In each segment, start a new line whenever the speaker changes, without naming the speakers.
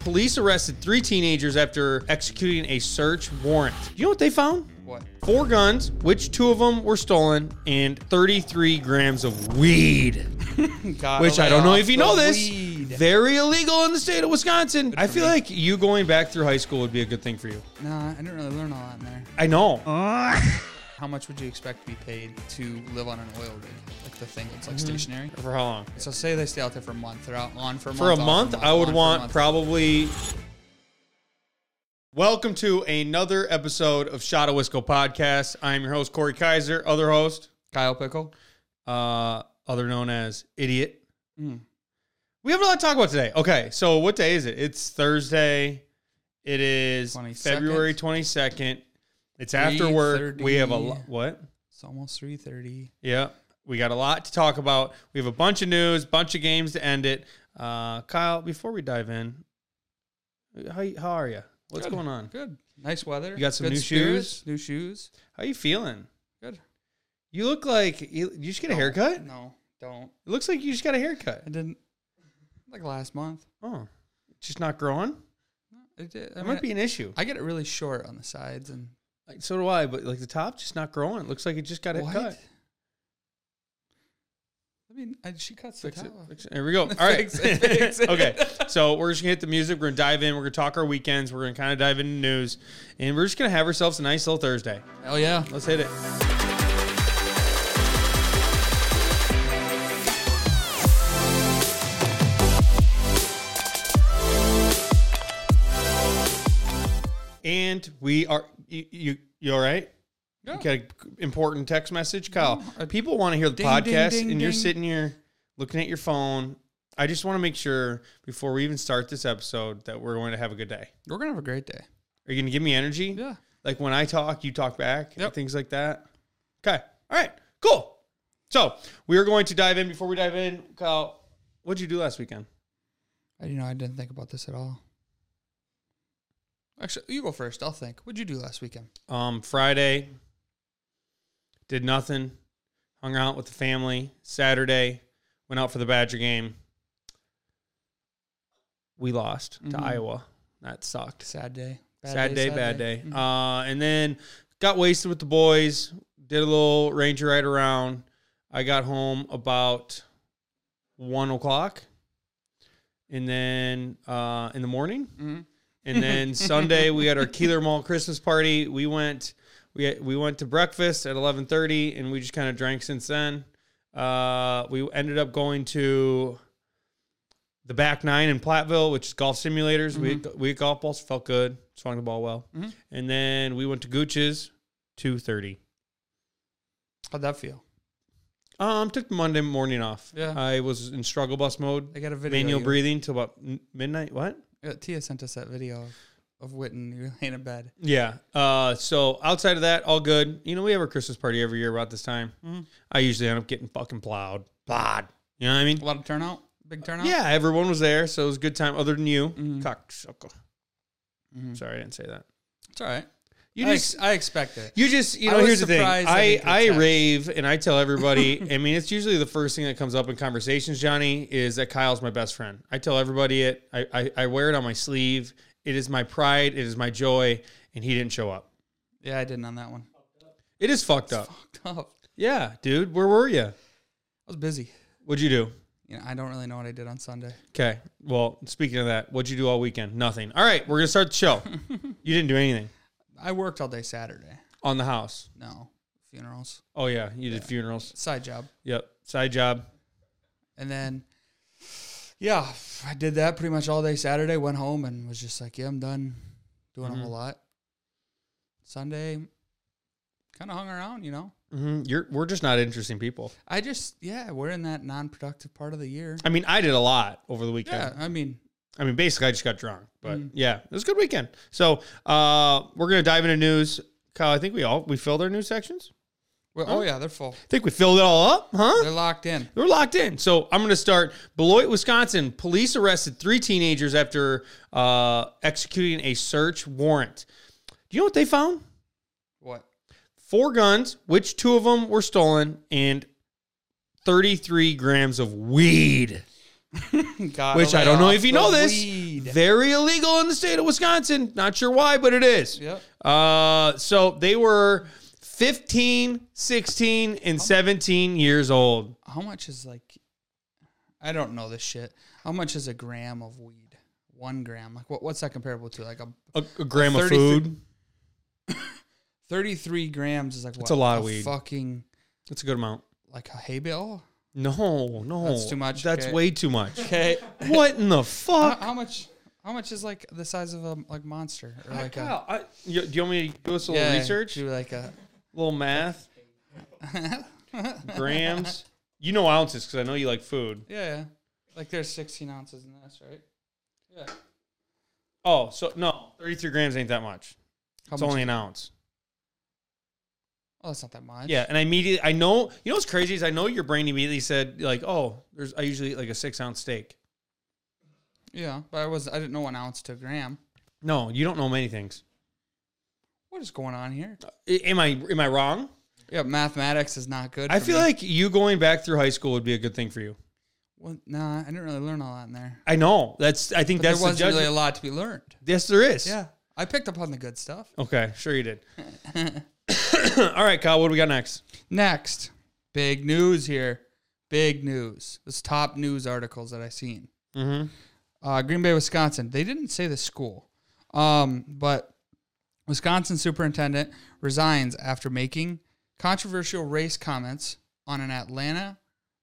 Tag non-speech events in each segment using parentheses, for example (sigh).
Police arrested three teenagers after executing a search warrant. You know what they found?
(laughs) What?
Four guns, which two of them were stolen, and 33 grams of weed.
Gotta
Which I
lay
don't know
off
if you
the
know this.
weed.
Very illegal in the state of Wisconsin. I feel like you going back through high school would be a good thing for you.
Nah, I didn't really learn all that
(laughs)
in there.
I know.
Oh. How much would you expect to be paid to live on an oil rig? Like the thing that's like
Mm-hmm.
stationary?
For how long?
So say they stay out there for a month. They're out on for a
For a
month. off
month, I
on
would
for a
want
month.
probably. Welcome to another episode of Shot of Wisco podcast. I am your host Corey Kaiser, other host,
Kyle Pickle.
uh, other known as Idiot.
Mm.
We have a lot to talk about today. Okay, so what day is it? It's Thursday. It is
22nd.
February twenty second. It's after work. We have a lo-
3:30.
what?
It's almost three thirty.
Yeah, we got a lot to talk about. We have a bunch of news, bunch of games to end it. Uh, Kyle, before we dive in, how you- how are you? What's going on?
Good. Nice weather.
You got some
Good
new
spirits, New shoes.
How you feeling?
Good.
You look like you, you just get a
No,
haircut. It
No, don't.
looks like you just got a haircut.
I didn't. Like last month.
Oh, just not growing.
It did. I
That
mean,
might be an issue.
I get it really short on the sides and
Like, so do I, but like the top just not growing. It looks like it just got a
what?
cut.
I mean, I, she cuts the
Fix it. (laughs)
top.
Fix it. There
(laughs)
we go. All right.
Oh. Fix it, fix it.
okay. So we're just gonna hit the music. We're gonna dive in. We're gonna talk our weekends. We're gonna kind of dive into news, and we're just gonna have ourselves a nice little Thursday.
Hell yeah.
Let's hit it. And we are you you, you all right?
Yeah.
You got an important text message, Kyle.
No.
People want to hear the
Ding, ding,
podcast,
ding,
and you're
ding.
sitting here looking at your phone. I just want to make sure before we even start this episode that we're going to have a good day.
We're gonna have a great day.
Are you going to give me energy?
Yeah.
like when I talk, you talk back, and
Yep.
things like that. Okay. All right. Cool. So we are going to dive in. Before we dive in, Kyle, what'd you do last weekend?
I you know I didn't think about this at all. Actually, you go first. I'll think. What'd you do last weekend?
Um, Friday, did nothing. Hung out with the family. Saturday, went out for the Badger game. We lost to
Mhm.
Iowa. That sucked.
Sad day. Mm.
sad day, bad day. Uh, and then got wasted with the boys. Did a little ranger ride around. I got home about one o'clock, and then uh, in the morning,
Mhm.
and then (laughs) Sunday we had our Keeler Mall Christmas party. We went we we went to breakfast at eleven thirty, and we just kind of drank since then. Uh, we ended up going to the back nine in Platteville, which is golf simulators. We had, we had golf balls, felt good, swung the ball well,
Mhm.
and then we went to Gooch's two thirty.
How'd that feel?
Um, took Monday morning off.
Yeah.
I was in struggle bus mode,
I got a video.
manual
you-
breathing till about n- midnight. What?
uh, Tia sent us that video of, of Witten. You're (laughs) laying in bed.
Yeah. Uh, so outside of that, all good. You know, we have our Christmas party every year about this time. I usually end up getting fucking plowed. Plowed. You know what I mean?
A lot of turnout. Big turnout.
Uh, Yeah, everyone was there, so it was a good time. Other than you,
Mhm.
cocksucker.
Mhm.
Sorry, I didn't say that.
It's all right.
You
I
just,
ex- I expect it.
you just, you
I
know.
was
Here's the thing.
surprised I
I
didn't get
I
text.
rave and I tell everybody.
(laughs)
I mean, it's usually the first thing that comes up in conversations. Johnny is that Kyle's my best friend. I tell everybody it. I I, I wear it on my sleeve. It is my pride. It is my joy. And he didn't show up.
Yeah, I didn't on that one. (laughs)
It is fucked up.
Fucked up.
Yeah, dude, where were you?
I was busy.
What'd you do?
You know, I don't really know what I did on Sunday.
Okay. Well, speaking of that, what'd you do all weekend? Nothing. All right, we're gonna start the
(laughs)
show. you didn't do anything
I worked all day Saturday.
on the house.
No funerals.
Oh yeah, you did funerals.
Side job.
Yep. Side job.
And then, yeah, I did that pretty much all day Saturday. Went home and was just like, yeah, I'm done doing
Mhm.
a whole lot. Sunday, kind of hung around, you know.
hmm You're we're just not interesting people.
I just, yeah, we're in that non-productive part of the year.
I mean, I did a lot over the weekend.
Yeah, I mean,
I mean, basically, I just got drunk, but
Mm.
yeah, it was a good weekend. So uh, we're gonna dive into news. Kyle, I think we all we filled our news sections.
well,
Huh?
oh yeah, they're full.
I think we filled it all up, huh?
They're locked in.
They're locked in. So I'm going to start. Beloit, Wisconsin. Police arrested three teenagers after uh, executing a search warrant. Do you know what they found?
(laughs) What?
Four guns, which two of them were stolen, and 33 grams of weed.
Gotta
which I
lay
don't know
off
if you
the
know this.
weed.
Very illegal in the state of Wisconsin. Not sure why, but it is.
Yep.
Uh, so they were 15, 16,
Oh.
and 17 years old.
How much is like? I don't know this shit. How much is a gram of weed? One gram. Like what? What's that comparable to? Like a
A, a gram of
33
food.
thirty-three grams is like what?
That's a lot of weed.
Fucking
That's a good amount.
like a hay bale.
No, no.
That's too much?
That's
Okay. Oh
way too
(laughs)
much.
Okay.
what in the
how,
fuck?
how much? How much is like the size of a like monster or like a
Kyle, I- you- do you want me to do us a little
yeah,
research?
Do like a (laughs)
little math? Grams? You know ounces because I know you like food.
yeah, yeah. Like there's sixteen ounces in this, right? Yeah.
Oh, so no, 33 grams ain't that much.
How
it's
much?
only an ounce.
oh, that's not that much.
Yeah, and I immediately I know you know what's crazy is I know your brain immediately said like oh there's I usually eat like a six ounce steak.
Yeah, but I was I didn't know one ounce to a gram.
No, you don't know many things.
What is going on here?
I- Am I am I wrong?
Yeah, mathematics is not good.
I
for
feel
me.
like you going back through high school would be a good thing for you.
well, nah, I didn't really learn all that in there.
I know that's I think
But
that's
there
the
wasn't
judgment.
really a lot to be learned.
yes, there is.
Yeah, I picked up on the good stuff.
Okay, sure you
(laughs)
did. (coughs) All right, Kyle, what do we got next?
Next, big news here. Big news. This top news articles that I seen.
Mm-hmm.
uh, Green Bay, Wisconsin. They didn't say the school, um, but Wisconsin superintendent resigns after making controversial race comments on an Atlanta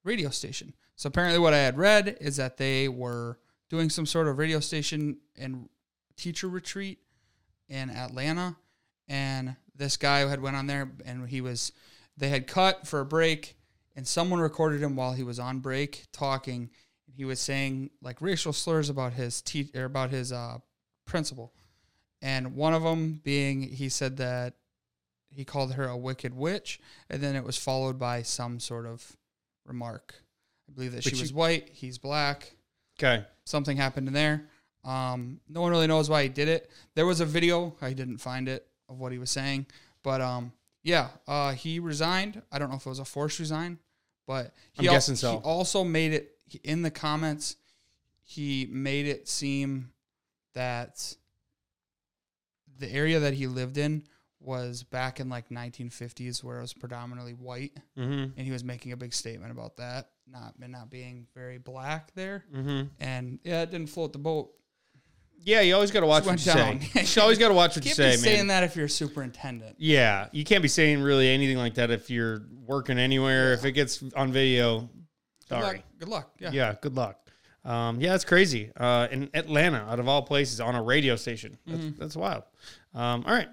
radio station. So apparently, what I had read is that they were doing some sort of radio station and teacher retreat in Atlanta, and this guy had went on there and he was they had cut for a break, and someone recorded him while he was on break talking. He was saying like racial slurs about his te- or about his uh, principal, and one of them being he said that he called her a wicked witch, and then it was followed by some sort of remark. I believe that
Which
she
you-
was white, he's black
Okay,
something happened in there. Um, no one really knows why he did it. There was a video I didn't find it of what he was saying, but um, yeah, uh, he resigned. I don't know if it was a forced resign, but he
I'm
al-
guessing so.
He also made it he- in the comments. He made it seem that the area that he lived in was back in like 1950s, where it was predominantly white,
mm-hmm.
and he was making a big statement about that, not and not being very black there
Mm-hmm.
and yeah, it didn't float the boat.
yeah, you always got to watch
Went
what you
down.
say.
(laughs)
You always got to watch what you
Can't
say,
be
man.
saying that if you're a superintendent.
Yeah, you can't be saying really anything like that if you're working anywhere. If it gets on video,
Good
sorry.
luck. Good luck. Yeah.
Yeah. good luck. Um, yeah, that's crazy. Uh, in Atlanta, out of all places, on a radio station. That's, that's wild. Um, all right.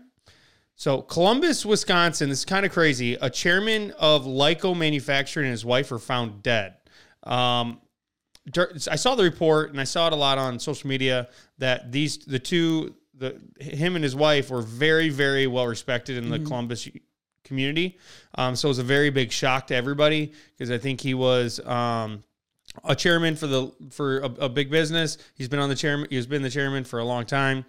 So, Columbus, Wisconsin, this is kind of crazy. A chairman of Lyco Manufacturing and his wife are found dead. Um, dur- I saw the report and I saw it a lot on social media that these, the two, the him and his wife were very, very well respected in the Columbus community. Um, so it was a very big shock to everybody because I think he was um, a chairman for the for a, a big business. He's been on the chairman. He's been the chairman for a long time.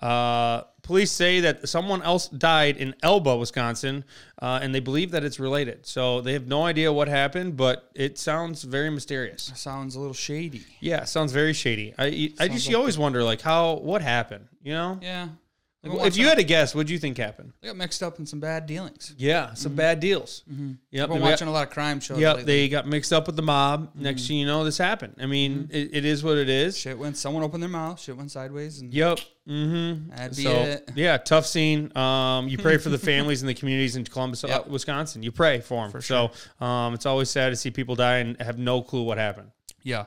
Uh, police say that someone else died in Elba, Wisconsin, uh, and they believe that it's related. So they have no idea what happened, but it sounds very mysterious.
Sounds a little shady.
Yeah, sounds very shady. I I just
Sounds
you always wonder like how what happened. You know,
Yeah.
Like, if you had to guess, what do you think happened?
got mixed up in some bad dealings.
Yeah, some bad deals. Mm-hmm. Yep,
I've been
we got-
watching a lot of crime shows.
Yep,
lately. Mm-hmm.
they got mixed up with the mob. Next thing you know, this happened. I mean, it, it is what it is.
shit went. Someone opened their mouth. Shit went sideways, and
Yep. Mm-hmm.
that'd be
So
it.
yeah, tough scene. Um, you pray for
(laughs)
the families and the communities in Columbus, uh,
Yep.
Wisconsin. You pray for them. So um, it's always sad to see people die and have no clue what happened.
Yeah.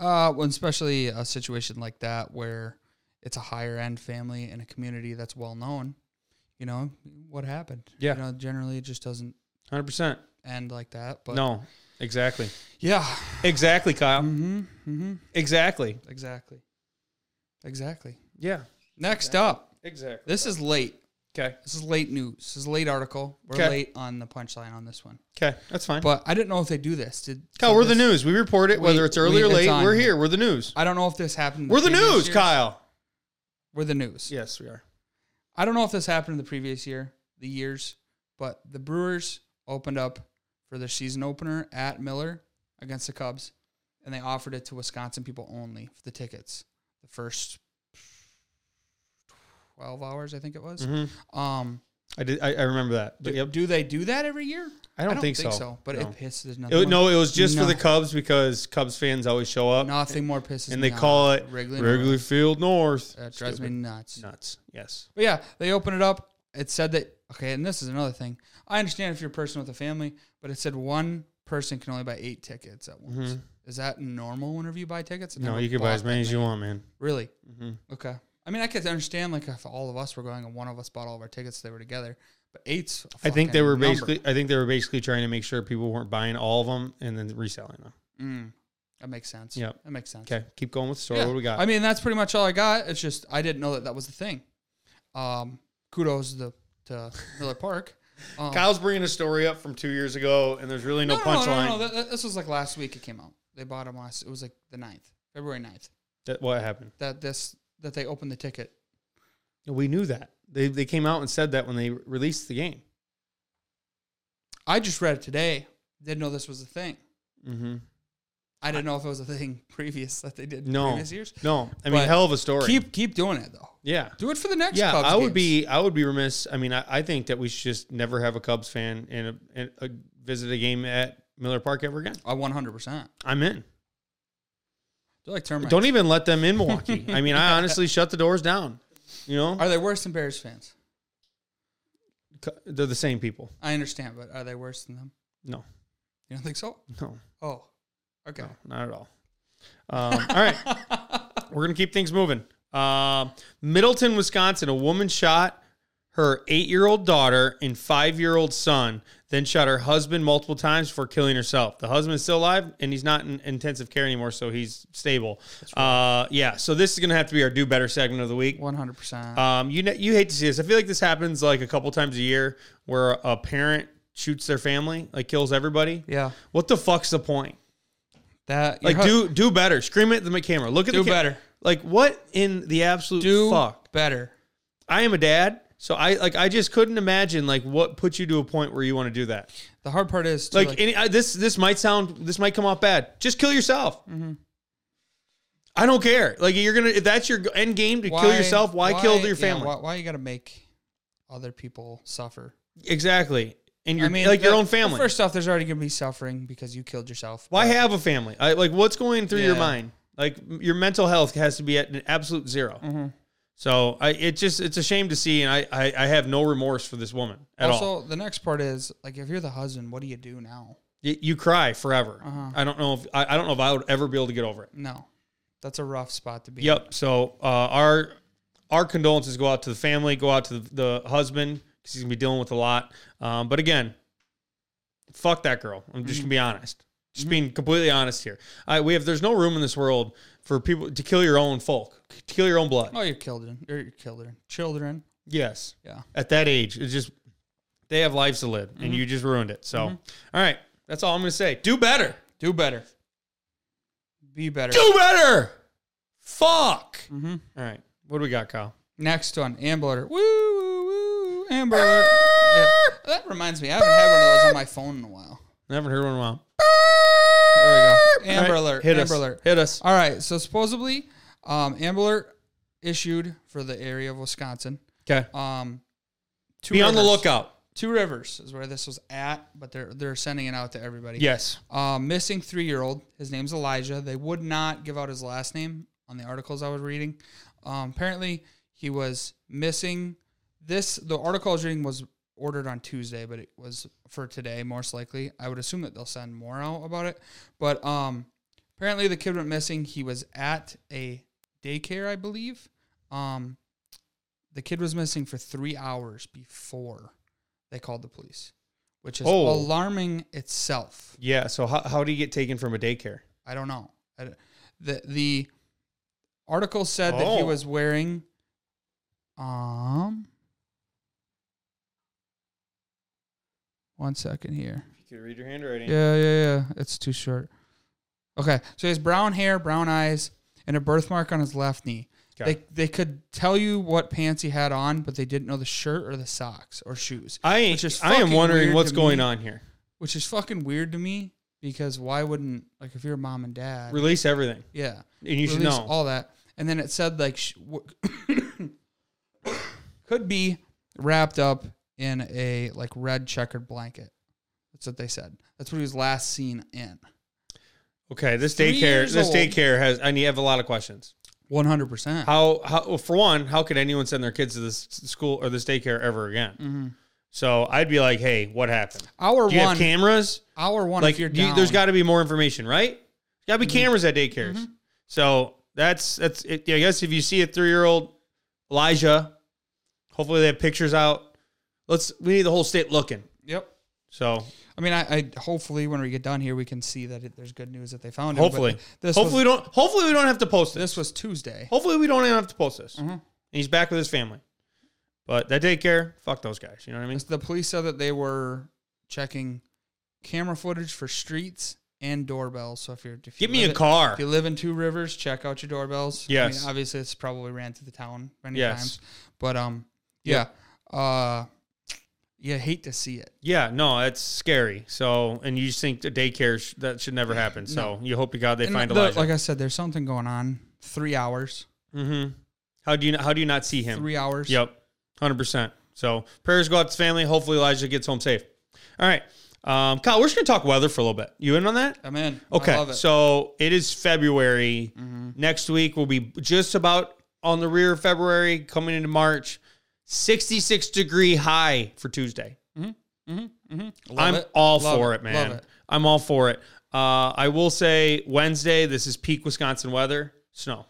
Uh, when especially a situation like that where it's a higher end family in a community that's well known, you know what happened.
Yeah.
You know, generally it just doesn't
Hundred percent.
end like that. But
No, exactly,
Yeah.
exactly, Kyle.
Mm-hmm. Mm-hmm.
Exactly.
Exactly. Exactly.
Yeah.
Next up,
Exactly.
this is late.
Okay.
This is late news. This is a late article. We're
Okay.
late on the punchline on this one.
Okay. That's fine.
But I didn't know if they do this. Did
Kyle,
so
we're the
this-
news. We report it,
We-
whether it's early
we-
or
it's
late.
on
We're
here.
here. We're the news.
I don't know if this happened.
We're the
previous
news,
years.
Kyle.
We're the news.
Yes, we are.
I don't know if this happened in the previous year, the years, but the Brewers opened up for their season opener at Miller against the Cubs, and they offered it to Wisconsin people only for the tickets. The first twelve hours, I think it was.
Mhm.
Um,
I did. I, I remember that. But
do,
yep.
do they do that every year?
I don't, think, so.
But
no.
it pisses
It
nothing.
was-
more,
no, it was just
No.
for the Cubs because Cubs fans always show up
nothing more pisses.
and
me
they call
off.
it
Wrigley.
Wrigley
North.
Field North.
That drives
Stupid.
me nuts.
nuts. Yes.
But yeah, they open it up. It said that okay, and this is another thing. I understand if you're a person with a family, but it said one person can only buy eight tickets at once.
Mhm.
Is that normal whenever you buy tickets? I
No,
never
you can buy
bought
as many
that
as you want, man.
Really?
hmm
Okay. I mean, I could understand like if all of us were going and one of us bought all of our tickets, they were together. But eight's. a
I think they
fucking
were
number.
basically. I think they were basically trying to make sure people weren't buying all of them and then reselling them.
Mm, that makes sense.
Yep.
That makes sense.
Okay, keep going with the story.
Yeah.
What do we got?
I mean, that's pretty much all I got. It's just I didn't know that that was the thing. Um, kudos to, to Miller Park. Um,
Kyle's bringing a story up from two years ago, and there's really (laughs) no, punchline.
Th- th- This was like last week it came out. They bought them last. It was like the 9th, February 9th.
That- what happened?
That this that they opened the ticket.
We knew that. They they came out and said that when they released the game.
I just read it today. Didn't know this was a thing.
Mm-hmm.
I didn't know if it was a thing (laughs) previous that they did in
No.
previous years.
No, I mean,
But
hell of a story.
Keep keep doing it though.
yeah,
Do it for the next.
yeah.
Cubs
I would
games.
be I would be remiss. I mean, I, I think that we should just never have a Cubs fan and a, and a visit a game at Miller Park ever again.
I 100. percent
I'm in.
They're like termites.
Don't even let them in (laughs) Milwaukee. I mean, I honestly shut the doors down. You know,
Are they worse than Bears fans?
Cu- they're the same people.
I understand, but are they worse than them?
No.
You don't think so?
No,
Oh, okay.
no, not at all. Um, all (laughs) right, we're gonna keep things moving. Um Middleton, Wisconsin, a woman shot her eight-year-old daughter and five-year-old son, then shot her husband multiple times before killing herself. The husband is still alive, and he's not in intensive care anymore, so he's stable. Uh, yeah, so this is gonna have to be our do better segment of the week.
100. percent
Um, you know, you hate to see this. I feel like this happens like a couple times a year where a parent shoots their family, like kills everybody.
Yeah.
What the fuck's the point?
That your
Like,
hu-
do do better. Scream at the camera. Look at
Do
the ca-
better.
Like, what in the absolute
do
fuck?
better.
I am a dad, so I like I just couldn't imagine like what puts you to a point where you want to do that.
The hard part is to,
Like, any, I, this this might sound this might come off bad. Just kill yourself.
Mm-hmm.
I don't care. Like you're gonna if that's your end game to kill yourself. Why, kill your
yeah,
family?
why, why you got to make other people suffer?
Exactly. And your
I mean,
like your
the-
own family.
well, First off, there's already going to be suffering because you killed yourself.
Why have a family? I, like, what's going through your
Yeah.
mind? Like, m- your mental health has to be at an absolute 0
Mm-hmm.
So, I it just it's a shame to see, and I I, I have no remorse for this woman at
also,
all.
the next part is like if you're the husband, what do you do now?
You, you cry forever.
Uh-huh.
I don't know if I, I don't know if I would ever be able to get over it.
No, that's a rough spot to be. in.
Yep. So, uh, our our condolences go out to the family, go out to the, the husband because he's gonna be dealing with a lot. Um, but again, fuck that girl. I'm just gonna be honest. Just being completely honest here. I, we have there's no room in this world for people to kill your own folk, to kill your own blood.
Oh, you're children. You're your children. Children.
Yes.
Yeah.
At that age, it's just they have lives to live, and you just ruined it. So, all right, that's all I'm gonna say. Do better.
Do better. Be better.
Do better. Fuck.
Mhm.
All right. What do we got, Kyle?
Next one, Amber Alert. Woo, woo, woo, Amber Alert. Yeah. That reminds me, I haven't had one of those on my phone in a while.
I haven't heard one in a while.
There we go.
All
Amber
right,
Alert.
Hit
Amber
us.
Alert.
Hit us.
All right. So supposedly, um, Amber Alert issued for the area of Wisconsin.
Okay.
Um, two
Be on the
rivers.
lookout.
Two Rivers is where this was at, but they're they're sending it out to everybody.
Yes.
Um, missing three year old. His name's Elijah. They would not give out his last name on the articles I was reading. Um, apparently, he was missing. This the article I was reading was ordered on Tuesday, but it was for today, most likely. I would assume that they'll send more out about it. But um, apparently, the kid went missing. He was at a daycare, I believe. Um, the kid was missing for three hours before they called the police, which is
Oh.
alarming itself.
Yeah. So how, how do you get taken from a daycare?
I don't know. I, the the article said that he
Oh.
was wearing um one second here.
You can read your handwriting.
Yeah, yeah, yeah. It's too short. Okay. So he has brown hair, brown eyes, and a birthmark on his left knee.
Okay.
They they could tell you what pants he had on, but they didn't know the shirt or the socks or shoes.
I
Which is
I am
fucking
wondering
weird
what's
to
going
me.
on here.
which is fucking weird to me because why wouldn't like if you're mom and dad,
Release everything,
yeah,
and you should
release
know.
all that. And then it said like sh- w- (coughs) could be wrapped up in a like red checkered blanket. That's what they said. That's what he was last seen in.
okay, this
Three
daycare,
years
this
old.
daycare has. I need have a lot of questions.
One hundred percent.
How, how well, for one, how could anyone send their kids to this s- school or this daycare ever again? So I'd be like, hey, what happened?
Hour
Do you have
Mm-hmm. one.
cameras?
Hour one.
Like,
if you're
do you-
down, Mm-hmm.
there's got to be more information, right? Got to be cameras at daycares. So that's that's. It. Yeah, I guess if you see a three year old Elijah, hopefully they have pictures out. Let's. We need the whole state looking.
Yep.
So
I mean, I, I hopefully when we get done here, we can see that it, there's good news that they found. it, but
hopefully,
this
hopefully we
was,
don't. Hopefully we don't have to post this.
this was Tuesday.
Hopefully we don't even have to post this.
Mhm.
And he's back with his family. But that daycare, fuck those guys. You know what I mean?
The police said that they were checking camera footage for streets and doorbells. So if you're if you
Give me
live
a
it-
car.
If you live in Two Rivers, check out your doorbells.
Yes.
obviously, it's probably ran through the town many
Yes.
times. But um, yeah, uh, you hate to see it.
Yeah, no, that's scary. So, and you just think the daycare sh- that should never happen. So, you hope to God they
And
find
the-
Elijah.
like I said, there's something going on. Three hours.
mm-hmm. How do you how do you not see him?
Three hours.
Yep, hundred percent. So prayers go out to his family. Hopefully Elijah gets home safe. All right, um, Kyle, we're just gonna talk weather for a little bit. You in on that?
I'm in.
Okay,
I love it. Mm-hmm.
so it is February. Next week will be just about on the rear of February, coming into March. 66 degree high for Tuesday.
Love
I'm
it.
all
Love
for it,
it.
man.
Love it.
I'm all for it. Uh, I will say Wednesday, this is peak Wisconsin weather. Snow.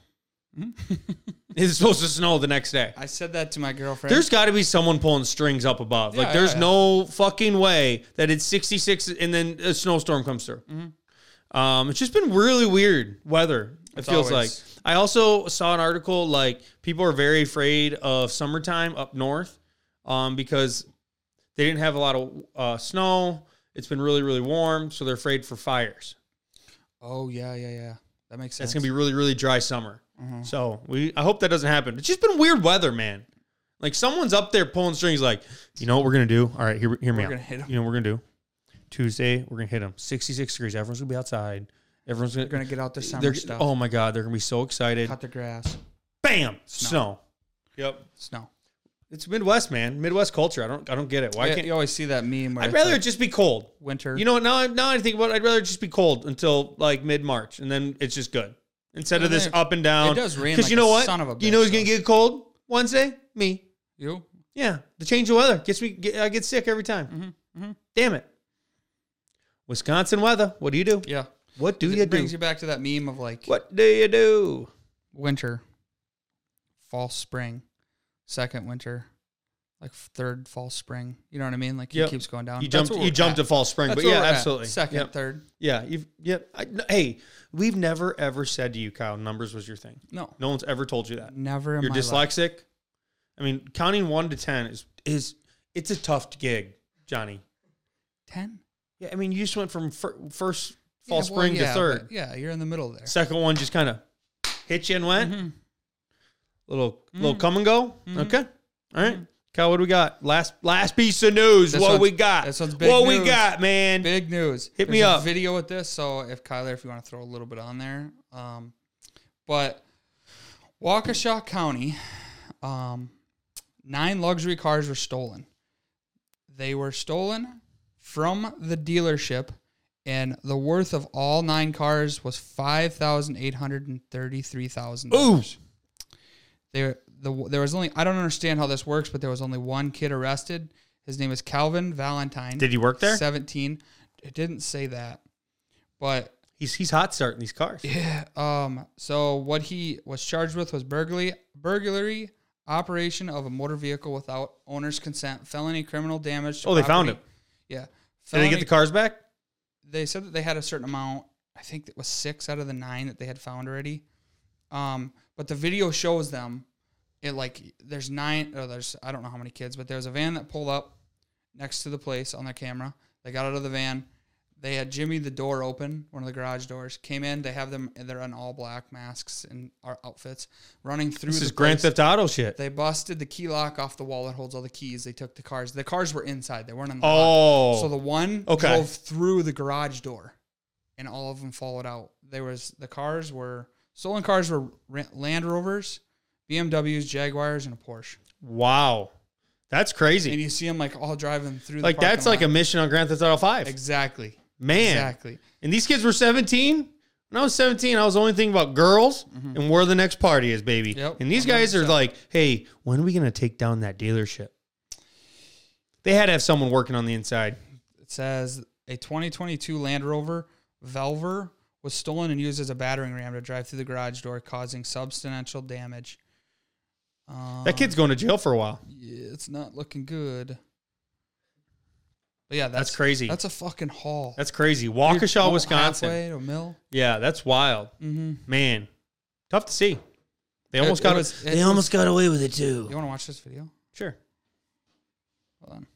Mm-hmm.
(laughs) it's supposed to snow the next day.
I said that to my girlfriend.
There's got to be someone pulling strings up above.
Yeah,
like, there's
yeah, yeah.
no fucking way that it's 66 and then a snowstorm comes through.
Mm-hmm.
Um, it's just been really weird weather. It feels
always-
like. I also saw an article like people are very afraid of summertime up north um, because they didn't have a lot of uh, snow. It's been really, really warm, so they're afraid for fires.
oh yeah, yeah, yeah. That makes sense.
That's gonna be really, really dry summer. So we, I hope that doesn't happen. It's just been weird weather, man. Like someone's up there pulling strings, like, you know what we're gonna do? All right, hear, hear me
We're
out.
gonna hit 'em.
You know what we're gonna do? Tuesday, we're gonna hit them. Sixty-six degrees. Everyone's gonna be outside. Everyone's gonna.
They're gonna get out their summer
they're-
stuff.
oh my god, they're gonna be so excited.
cut their grass.
Bam, snow. Yep.
Snow.
It's Midwest, man. Midwest culture. I don't, I don't get it. Why
Yeah,
can't?
you always see that meme? Where
I'd
it's
rather
like
it just be cold.
winter.
You know what? Now, I- now I think about. It, I'd rather it just be cold until like mid March, and then it's just good instead of
Yeah,
this
there-
up and down.
it does rain like
you
a
know what?
son of a
you know
bitch,
who's gonna
though.
get cold Wednesday? Me.
you.
Yeah, the change of weather gets me. Get, I get sick every time.
Mm-hmm.
Damn it, Wisconsin weather. What do you do?
Yeah.
What do
It
you do?
brings you back to that meme of like
what do you do?
winter, fall spring, second winter, like third fall spring. You know what I mean? Like
Yep.
it keeps going down.
You
Um, That's
jumped.
where
You
we're
jumped
at.
to fall spring,
That's
but
where
yeah,
we're at.
absolutely.
Second,
Yep.
third.
Yeah, you've. Yep. I, no, hey, we've never ever said to you, Kyle. Numbers was your thing.
No,
No one's ever told you that.
never. In
You're
my life.
dyslexic. I mean, counting one to ten is is it's a tough gig, Johnny.
ten.
Yeah, I mean, you just went from fir- first
Yeah,
fall
well,
spring
yeah,
to
but-
third.
Yeah, you're in the middle there.
Second one just kind of hit you and went.
Mm-hmm.
Little little come and go. Okay, all right. Kyle, what do we got? Last last piece of news.
Mm-hmm. This
what
one's-
we got?
this one's big
what we
news.
got, man?
Big news.
Hit me
There's a
up.
video with this. So if Kyler, if you want to throw a little bit on there, um, but Waukesha County, um, nine luxury cars were stolen. They were stolen from the dealership, and the worth of all nine cars was five thousand eight hundred and thirty-three thousand.
Ooh.
There, the, there was only I don't understand how this works, but there was only one kid arrested. His name is Calvin Valentine.
Did he work there?
17. It didn't say that. But (clears throat)
He's he's hot starting these cars.
yeah, um so what he was charged with was burglary, burglary, operation of a motor vehicle without owner's consent, felony criminal damage. to
Oh, they found
property. Yeah.
Did they
Felony,
get the cars back?
they said that they had a certain amount. I think it was 6 out of the 9 that they had found already. Um but the video shows them it like there's nine or there's I don't know how many kids, but there was a van that pulled up next to the place on their camera. They got out of the van. They had Jimmy the door open, one of the garage doors. Came in. They have them. They're in all black masks and our outfits, running through.
This
the
is Grand
place.
Theft Auto shit.
They busted the key lock off the wall that holds all the keys. They took the cars. The cars were inside. They weren't in the lock.
oh,
So the one
Okay.
drove through the garage door. and all of them followed out. There was the cars were stolen cars were Ra- Land Rovers, BMWs, Jaguars, and a Porsche.
Wow, that's
And
crazy.
you see them like all driving through.
Like
the parking
that's like a
lot.
mission on Grand Theft Auto Five,
exactly,
man.
exactly.
And these kids were seventeen. When I was seventeen, I was only thinking about girls and where the next party is, baby.
Mm-hmm. Yep,
and these guys are
100%.
like, "Hey, when are we gonna take down that dealership?" They had to have someone working on the inside.
It says a 2022 Land Rover Velver was stolen and used as a battering ram to drive through the garage door, causing substantial damage. Um,
That kid's going to jail for a while.
yeah, it's not looking good. But yeah, that's,
That's crazy.
That's a fucking haul.
That's crazy.
You're
Waukesha,
going
Wisconsin.
halfway to a mill.
Yeah, that's
(laughs)
wild,
Mm-hmm.
man. Tough to see. They almost
it
got
was- it
They almost got away with it too.
You want to watch this video?
Sure.
Hold on.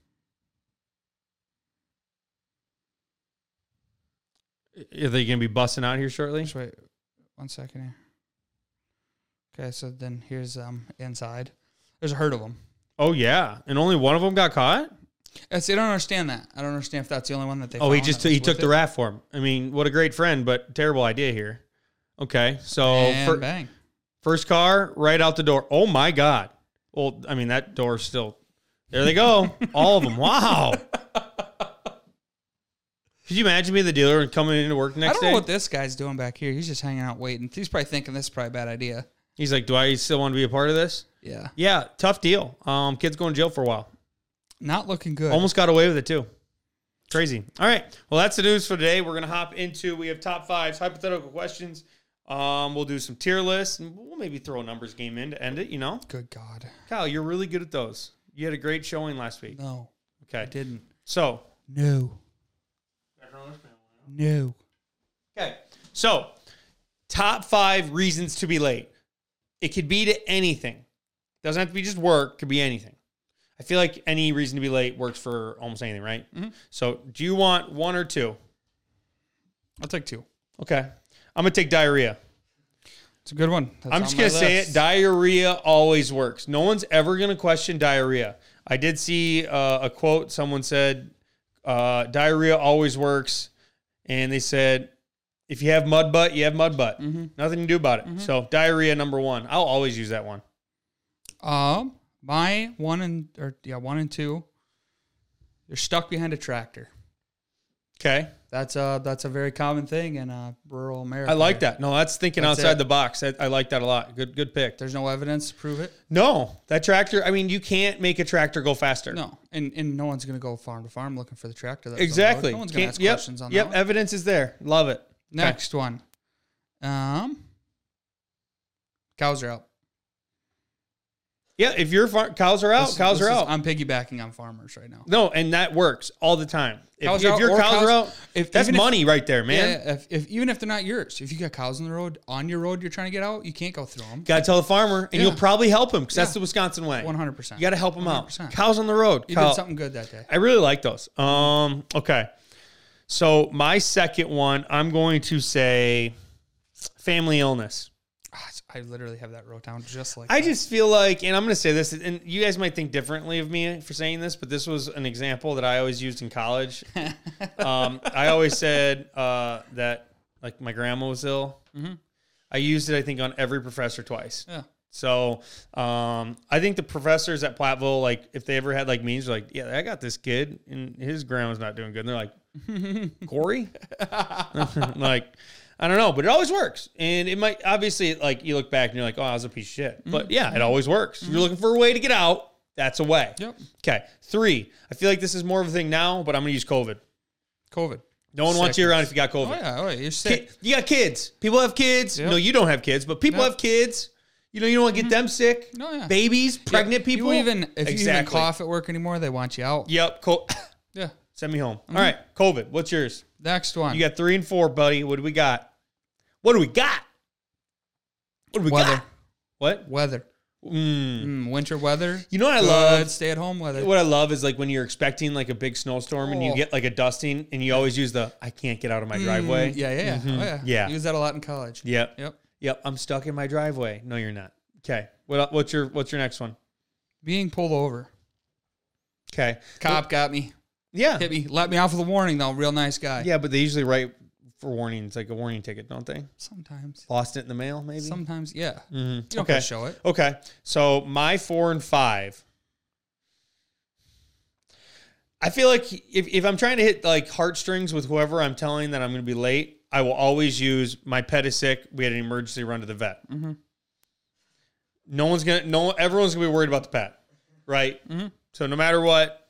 Are they gonna be busting out here shortly?
Just wait one second here. Okay, so then here's um inside. There's a herd of them.
Oh yeah, and only one of them got caught.
That's, I don't understand that. I don't understand if that's the only one that they.
Oh, he
found
just
that
he
was
took
with
the
it.
rat for him. I mean, what a great friend, but terrible idea here. Okay, so
and
fir-
bang.
first car right out the door. Oh my god. Well, I mean that door's still. There they
(laughs)
go, all of them. Wow. Could you imagine being the dealer and coming into work the
I
next
don't
day?
know what this guy's doing back here. He's just hanging out waiting. He's probably thinking this is probably a bad idea.
He's like, "Do I still want to be a part of this?"
Yeah,
Yeah, tough deal. Um, kid's going to jail for a while.
not looking good.
Almost got away with it too. Crazy. All right. Well, that's the news for today. We're gonna hop into we have top fives, hypothetical questions. Um, we'll do some tier lists, and we'll maybe throw a numbers game in to end it. You know,
Good God,
Kyle, you're really good at those. You had a great showing last week.
no, I
Okay.
didn't.
So.
No, no.
Okay. So, top five reasons to be late. It could be to anything. Doesn't have to be just work. Could be anything. I feel like any reason to be late works for almost anything, right? So, do you want one or two?
I'll take two.
Okay. I'm gonna take diarrhea.
It's a good one. That's
I'm
on
just
my
gonna say
list.
it. Diarrhea always works. No one's ever gonna question diarrhea. I did see uh, a quote. Someone said, uh, "Diarrhea always works," and they said, "If you have mud butt, you have mud butt.
Mm-hmm.
Nothing you can do about it." So diarrhea number one. I'll always use that one.
Um, my one and or yeah, one and two. You're stuck behind a tractor.
Okay,
That's uh that's a very common thing in uh, rural America.
I like that. No, that's thinking
That's
outside
it.
the box. I, I like that a lot. Good, good pick.
There's no evidence to prove it.
No, that tractor. I mean, you can't make a tractor go faster.
No, and and no one's gonna go farm to farm looking for the tractor. That was on the road.
exactly.
No one's gonna
Can't-
ask
yep,
questions on
Yep,
that. one.
evidence is there. Love it.
Next one. Um, cows are out.
Yeah, if your far- cows are out,
This-
Oh, cows
this
are
is-
out.
I'm piggybacking on farmers right now.
no, and that works all the time. If,
Cows
if
are out
your
or
cows, are
cows-
out,
if-
that's
even if-
money right there, man.
Yeah, if, if even if they're not yours, if you got cows on the road on your road, you're trying to get out, you can't go through them.
Got to tell the farmer, and
Yeah.
you'll probably help him because
Yeah.
that's the Wisconsin way.
One hundred percent.
You got to help him out.
100%.
Cows on the road.
You
Kyle.
did something good that day.
I really like those. Um, okay. So my second one, I'm going to say family illness.
Ah, it's- I literally have that wrote down just like
I
that.
just feel like, and I'm going to say this, and you guys might think differently of me for saying this, but this was an example that I always used in
(laughs)
college. um, I always said uh, that, like, my grandma was ill.
Mm-hmm.
I used it, I think, on every professor twice.
Yeah.
So um, I think the professors at Platteville, like, if they ever had like meetings, they're like, yeah, I got this kid, and his grandma's not doing good. And they're like, Corey? (laughs) like, I don't know, but it always works. And it might, obviously, like, you look back and you're like, oh, I was a piece of shit. But yeah, it always works. If you're looking for a way to get out, that's a way.
Yep.
Okay. Three, I feel like this is more of a thing now, but I'm going to use COVID.
COVID.
No one wants you
Sickness.
around if you got COVID.
Oh yeah, oh yeah, you're sick.
Ki- you got kids. People have kids.
Yep.
No, you don't have kids, but people
Yep.
have kids. You know, you don't want to get them sick.
Mm-hmm. No, yeah.
Babies, pregnant
You
people.
even if you even
Exactly.
cough at work anymore, they want you out.
Yep. Co- (coughs)
Yeah.
Send me home.
Mm-hmm.
All right. COVID. What's yours?
Next one.
You got three and four, buddy. What do we got? What do we got? What do we
weather.
got? What?
Weather.
Mm.
Mm, winter weather.
You know what I
Good
love?
stay at home weather.
What I love is like when you're expecting like a big snowstorm and you
Oh.
get like a dusting and you always use the I can't get out of my driveway. Mm-hmm.
Mm, yeah, yeah, yeah. Oh, yeah.
Yeah.
Use that a lot in college.
Yep.
Yep.
Yep. I'm stuck in my driveway. No, you're not. Okay. What, what's your What's your next one?
Being pulled over.
Okay.
Cop got me.
Yeah.
Hit me. Let me off with a warning though. Real nice guy.
Yeah, but they usually write for warning. It's like a warning ticket, don't they?
Sometimes.
Lost it in the mail, maybe.
Sometimes, yeah.
Mhm.
You don't
Okay.
gotta show it.
Okay. So my four and five. I feel like if, if I'm trying to hit like heartstrings with whoever I'm telling that I'm going to be late, I will always use my pet is sick. We had an emergency run to the vet.
Mm-hmm.
No one's gonna, no everyone's gonna be worried about the pet, right?
Mm-hmm.
So no matter what,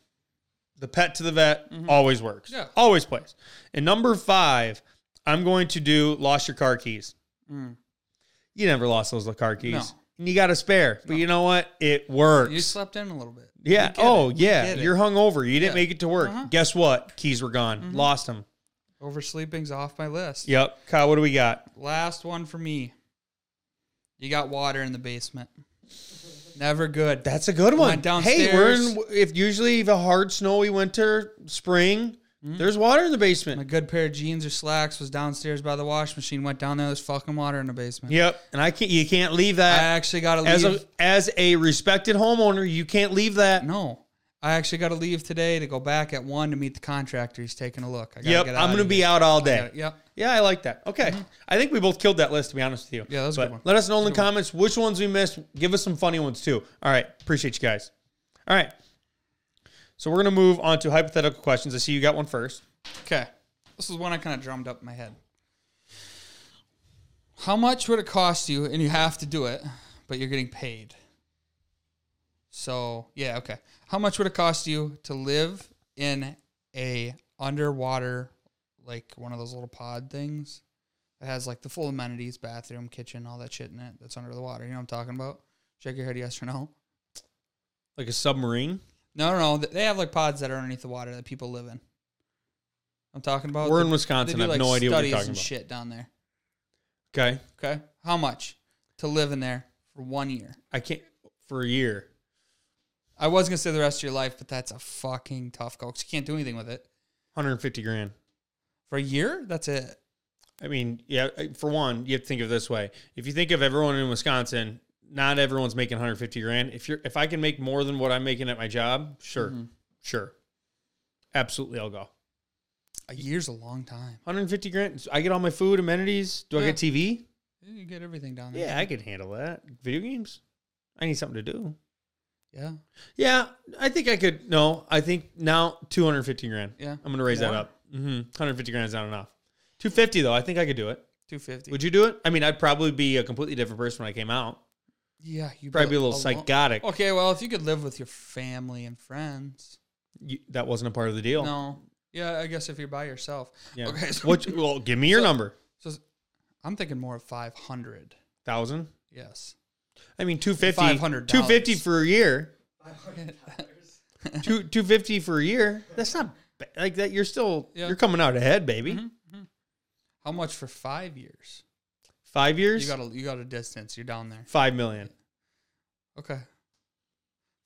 the pet to the vet always works.
Mm-hmm. Yeah.
always plays. And number five, I'm going to do lost your car keys. You never lost those car keys.
Mm. No.
And you got a spare. But you know what? It works.
You slept in a little bit.
yeah.
get
Oh,
it. You
yeah.
get it.
You're hungover. You didn't
Yeah. Uh-huh. Mm-hmm.
make it to work. Guess what? Keys were gone. Lost them.
Oversleeping's off my list.
Yep. Kyle, what do we got?
Last one for me. You got water in the basement. Never good.
That's a good one.
Went
Hey, we're in,
downstairs.
if usually if a hard snowy winter, spring, there's water in the
Mm-hmm. My
basement.
good pair of jeans or slacks was downstairs by the wash machine. Went down there. There's fucking water in the basement.
Yep. And I can't. You can't leave
I
that.
actually got to
as
leave.
a as a respected homeowner, you can't leave that.
no, I actually got to leave today to go back at one to meet the contractor. He's taking a look. I gotta
Yep.
get
I'm
outta
gonna
here.
be out all day.
Got it. Yep.
Yeah, I like that. Okay. I think we both killed that list, to be honest with you.
Mm-hmm. Yeah, that was a
But
good one.
Let us know in the comments which ones we missed. Give us some funny ones, too. All right. Appreciate you guys. All right. So we're going to move on to hypothetical questions. I see you got one first.
Okay. This is one I kind of drummed up in my head. How much would it cost you, and you have to do it, but you're getting paid? So, yeah, okay. How much would it cost you to live in a underwater, like one of those little pod things that has like the full amenities, bathroom, kitchen, all that shit in it that's under the water? You know what I'm talking about? Shake your head yes or no.
Like a submarine.
No, no, no. They have like pods that are underneath the water that people live in. I'm talking about.
We're in
the-
Wisconsin. I have no idea what you're
studies
talking
and
about.
shit down there.
Okay.
Okay, how much to live in there for one year?
I can't for a year.
I was gonna say the rest of your life, but that's a fucking tough goal 'cause you can't do anything with it
150 grand.
for a year. That's it.
I mean, yeah, for one, you have to think of it this way. If you think of everyone in Wisconsin, not everyone's making 150 grand. If you're if I can make more than what I'm making at my job, sure. Sure. Absolutely, I'll go.
A year's a long time.
150 grand. I get all my food, amenities. Do I
Yeah.
get TV?
You get everything down there.
Yeah, I can handle that. Video games? I need something to do.
yeah.
Yeah, I think I could. No, I think now 250 grand.
Yeah.
I'm going to raise that
More?
up. hmm 150 grand is not enough. 250 though, I think I could do it.
Two fifty.
Would you do it? I mean, I'd probably be a completely different person when I came out.
yeah, you
Probably be a little
alone.
psychotic.
Okay, well, if you could live with your family and friends.
You, that wasn't a part of the deal.
No. Yeah, I guess if you're by yourself.
Oh. Yeah.
Okay, so,
What? Well, give me your number.
so (laughs) I'm thinking more of five hundred.
Thousand.
Yes. (laughs)
I mean, 250.
$500.
250 for a
(laughs)
year. Two, 250 for a year. That's not ba- like that. You're still,
Yeah. Mm-hmm.
you're coming out ahead, baby.
How much for five years?
Five years,
You got a you got a distance. You're down there.
five million.
Okay.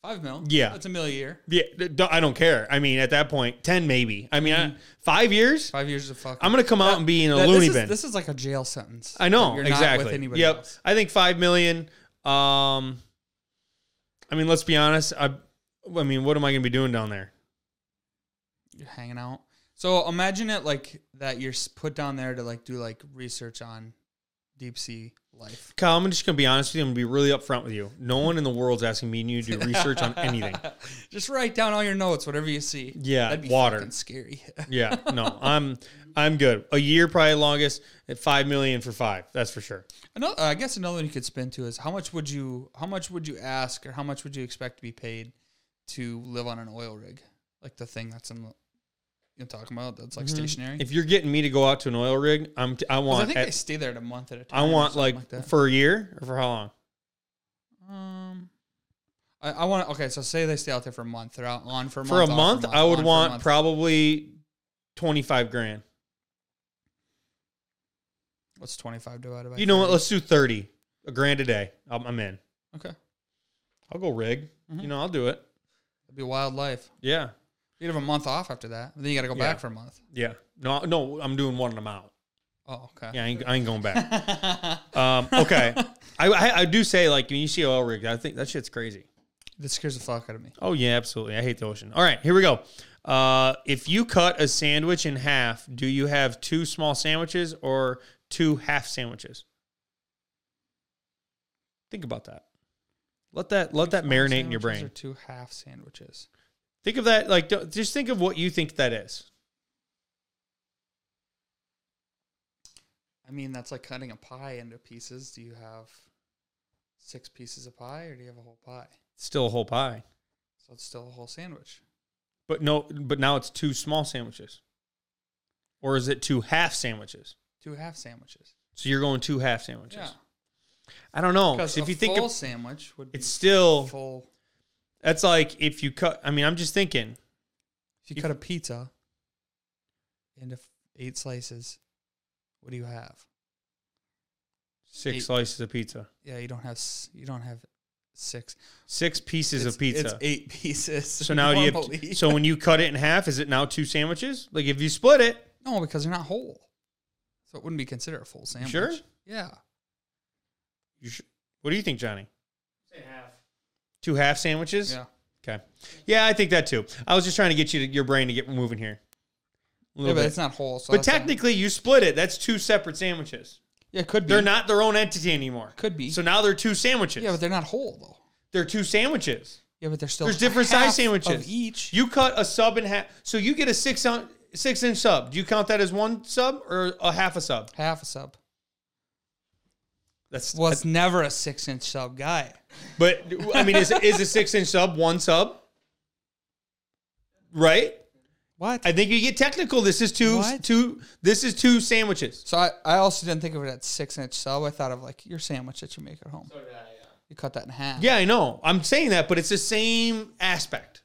Five mil.
Yeah.
That's a mil a year.
Yeah. th- don't- I don't care. I mean, at that point, 10 maybe. I mean, I- five years,
Mm-hmm. Five years of fucking.
I'm going to come out and be in a
That-
loony
this
bin.
Is, this is like a jail sentence.
I know
You're not with
exactly.
anybody
yep.
else.
I think five million. Um, I mean, let's be honest. I, I mean, what am I going to be doing down there?
You're hanging out. So imagine it like that. You're s- put down there to like do like research on deep sea life.
Kyle, I'm just going to be honest with you. I'm going to be really upfront with you. No one in the world's asking me and you to do research
(laughs)
on anything.
Just write down all your notes, whatever you see.
Yeah,
That'd be
water.
fucking scary. (laughs)
Yeah, no, I'm I'm good. A year probably longest at five million for five. That's for sure.
Another, I guess another one you could spin to is how much would you how much would you ask or how much would you expect to be paid to live on an oil rig, like the thing that's in the you're talking about that's like stationary.
Mm-hmm. If you're getting me to go out to an oil rig, I'm t- I
'Cause I
want
think they
at,
stay there at a month at a
I
time. or
want
something
like,
that.
for a year or for how long?
um, I, I want okay. So say they stay out there for a month. They're out on for a month.
For a
off
month, I
on
would
for a
want
month.
probably twenty five grand.
what's twenty five divided by
You know what?
30?
Let's do thirty a grand a day. I'm, I'm in.
okay,
I'll go rig.
Mm-hmm.
You know, I'll do it.
that'd be a wild life.
Yeah,
You'd have a month off after that. Then you got to go
Yeah.
back for a month.
yeah. No, no, I'm doing one and I'm out.
Oh, okay.
Yeah, I ain't, I ain't going back. um, okay, I, I I do say like when you see oil rig, I think that shit's crazy.
That scares the fuck out of me.
Oh yeah, absolutely. I hate the ocean. All right, here we go. Uh, if you cut a sandwich in half, do you have two small sandwiches or two half sandwiches? Think about that. Let that let that
Small
marinate in your
sandwiches Or
brain.
two half sandwiches.
Think of that like don't- just think of what you think that is.
I mean, that's like cutting a pie into pieces. Do you have six pieces of pie, or do you have a whole pie?
Still a whole pie,
So it's still a whole sandwich.
but no, but now it's two small sandwiches, or is it two half sandwiches?
Two half sandwiches.
So you're going two half sandwiches.
Yeah,
I don't know.
because
If
a
you think
full
of,
sandwich would be
it's still
full.
that's like if you cut. I mean, I'm just thinking.
If you
you-
cut a pizza into f- eight slices, what do you have?
Six
Eight.
slices of pizza.
Yeah, you don't have s- you don't have six
Six pieces
It's-
of pizza.
It's eight pieces. (laughs)
So now do you
normally.
have, so when you cut it in half, is it now two sandwiches? Like if you split it,
no, because they're not whole, so it wouldn't be considered a full sandwich.
sure?
Yeah.
you sh- what do you think, Johnny? Say half. Two half sandwiches.
Yeah.
Okay. Yeah, I think that too. I was just trying to get you to, your brain to get moving here. A
Yeah,
little
but
bit.
it's not whole. So
but
that's not-
technically, you split it. That's two separate sandwiches.
yeah, it could be.
They're not their own entity anymore.
Could be.
So now they're two sandwiches.
yeah, but they're not whole though.
they're two sandwiches.
Yeah, but they're still
There's different
half
size sandwiches.
of each.
You cut a sub in half. So you get a six on, six inch sub. Do you count that as one sub or a half a sub?
half a sub
That's
was never a six inch sub guy.
But I mean, is is a six inch sub one sub? Right.
What?
I think you get technical. This is two
What?
two. This is two sandwiches.
so I, I also didn't think of it at six inch sub. I thought of like your sandwich that you make at home. You cut that in half.
Yeah, I know. I'm saying that, but it's the same aspect.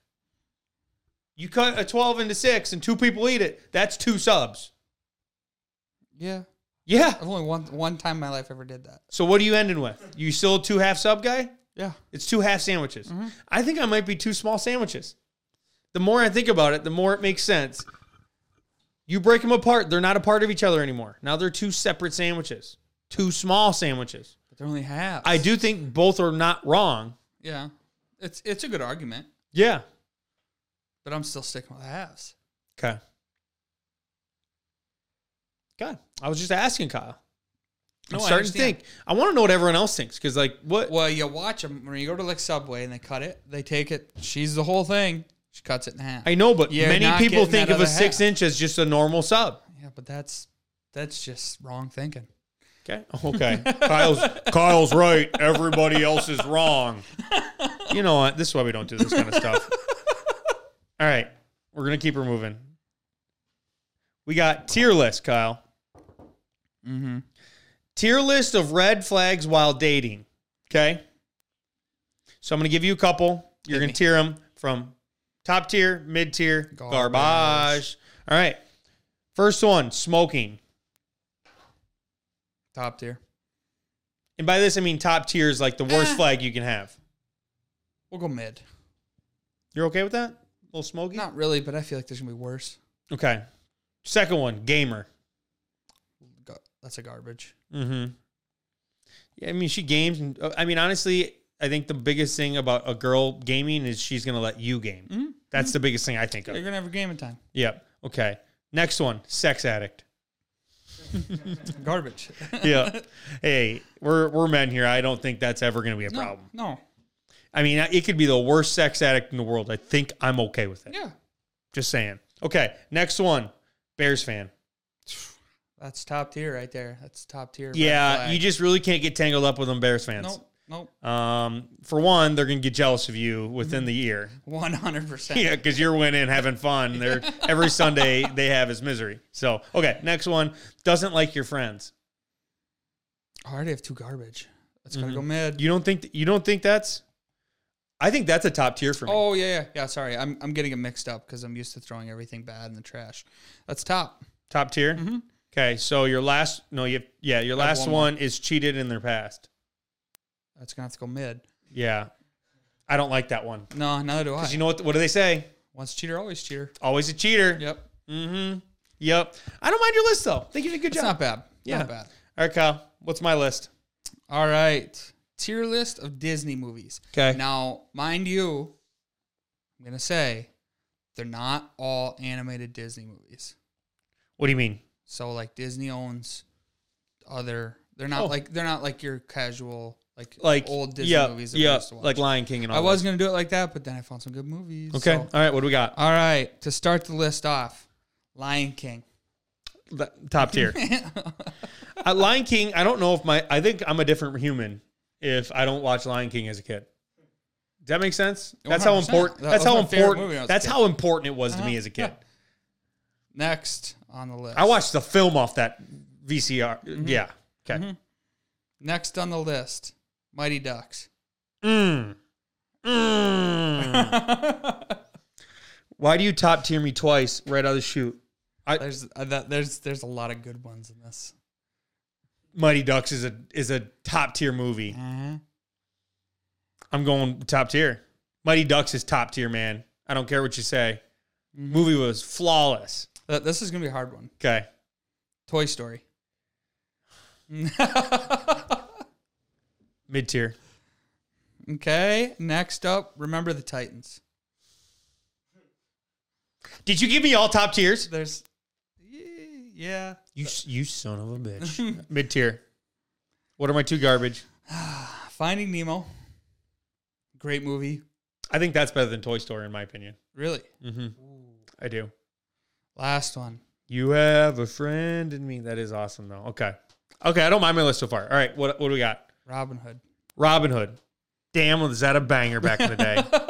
You cut a twelve into six, and two people eat it. That's two subs.
Yeah.
Yeah.
I've only one one time in my life ever did that.
So what are you ending with? You still a two half sub guy?
Yeah.
It's two half sandwiches.
Mm-hmm.
I think I might be two small sandwiches. The more I think about it, the more it makes sense. You break them apart, they're not a part of each other anymore. Now they're two separate sandwiches, two small sandwiches.
But they're only half.
I do think both are not wrong.
Yeah. It's it's a good argument,
Yeah.
but I'm still sticking with halves.
Okay. God, I was just asking Kyle. I'm
No, I
starting to
understand.
think. I want to know what everyone else thinks because, like, what?
Well, you watch them when you go to like Subway and they cut it. They take it. She's the whole thing. She cuts it in half.
I know, but
You're
many
not
people
getting
think
that
of a
other
six
half.
inch as just a normal sub.
yeah, but that's that's just wrong thinking.
Okay. Okay. Kyle's Kyle's right. Everybody else is wrong. You know what? This is why we don't do this kind of stuff. All right. We're gonna keep her moving. We got tier list, Kyle.
Mm-hmm.
Tier list of red flags while dating. Okay. So I'm gonna give you a couple. You're
Hit
gonna
me.
tier them from top tier, mid tier,
Garbage.
garbage. All right. First one, smoking.
Top tier.
And by this I mean top tier is like the worst
Eh.
flag you can have.
We'll go mid.
You're okay with that? A little smoky?
Not really, but I feel like there's gonna be worse.
Okay. Second one, gamer.
Go- That's a garbage.
Mm-hmm. Yeah, I mean, she games. And, uh, I mean, honestly, I think the biggest thing about a girl gaming is she's going to let you game.
Mm-hmm.
That's the biggest thing I think
You're
of.
gonna have a game in time. (laughs)
Yep. Okay. Next one, sex addict.
Garbage. (laughs)
Yeah. hey, we're, we're men here. I don't think that's ever going to be a
no,
problem.
No.
I mean, it could be the worst sex addict in the world. I think I'm okay with it.
Yeah.
Just saying. Okay. Next one, Bears fan.
That's top tier right there. That's top tier. red
Yeah,
flag.
you just really can't get tangled up with them Bears fans.
Nope. Nope.
Um, for one, they're gonna get jealous of you within the year. (laughs)
One hundred percent. (laughs)
Yeah, because you're winning, having fun. They're every Sunday they have is misery. So okay, next one doesn't like your friends.
I already have two garbage. That's gonna go mid.
Mm-hmm. You don't think you don't think that's. I think that's a top tier for me.
Oh yeah, yeah, yeah. Sorry, I'm I'm getting it mixed up because I'm used to throwing everything bad in the trash. That's top.
Top tier. Okay, so your last no, you yeah, your last
Mm-hmm. one
one,
more.
is cheated in their past.
That's gonna have to go mid.
Yeah, I don't like that one.
No, neither do I.
'Cause you know what? What do they say?
Once cheater, always cheater.
Always a cheater.
Yep.
Mm-hmm. Yep. I don't mind your list though. I think you did a good
It's
job.
not bad.
Yeah.
Not bad.
All right, Kyle. What's my list?
All right. Tier list of Disney movies.
Okay.
Now, mind you, I'm gonna say they're not all animated Disney movies.
What do you mean?
So like Disney owns other. They're not
Oh.
like they're not like your casual like
Like
old Disney
yeah,
movies. that we
Yeah,
used to watch.
like Lion King and all.
I was gonna do it like that, but then I found some good movies.
that. okay.
so-
All right. What do we got?
All right, to start the list off, Lion King.
The- top
(laughs)
tier. uh, Lion King. I don't know if my. I think I'm a different human if I don't watch Lion King as a kid. Does that make sense? That's how
100%.
important.
That
That's
was
how
my favorite movie when
important.
I was a
That's
kid.
how important it was to me
Uh-huh.
as a kid.
Yeah. Next on the list.
I watched the film off that VCR.
Mm-hmm.
Yeah. Okay.
Next on the list, Mighty Ducks. Mm-hmm.
Mm. Mm.
(laughs)
Why do you top tier me twice right out of the shoot?
There's uh, that, there's there's a lot of good ones in this.
Mighty Ducks is a is a top tier movie. I'm going top tier. Mighty Ducks is top tier, man. I don't care what you say. Movie was flawless.
Uh, This is gonna be a hard one.
Okay.
Toy Story.
Mid tier.
okay. Next up, Remember the Titans.
Did you give me all top tiers?
There's, Ye- yeah.
You you son of a bitch. Mid tier. What are my two garbage?
Finding Nemo. Great movie.
I think that's better than Toy Story in my opinion.
Really.
I do.
Last one.
You have a friend in me. That is awesome though. Okay. Okay, I don't mind my list so far. All right, what what do we got?
Robin Hood.
Robin Hood. Damn, was that a banger back in the day? Boop,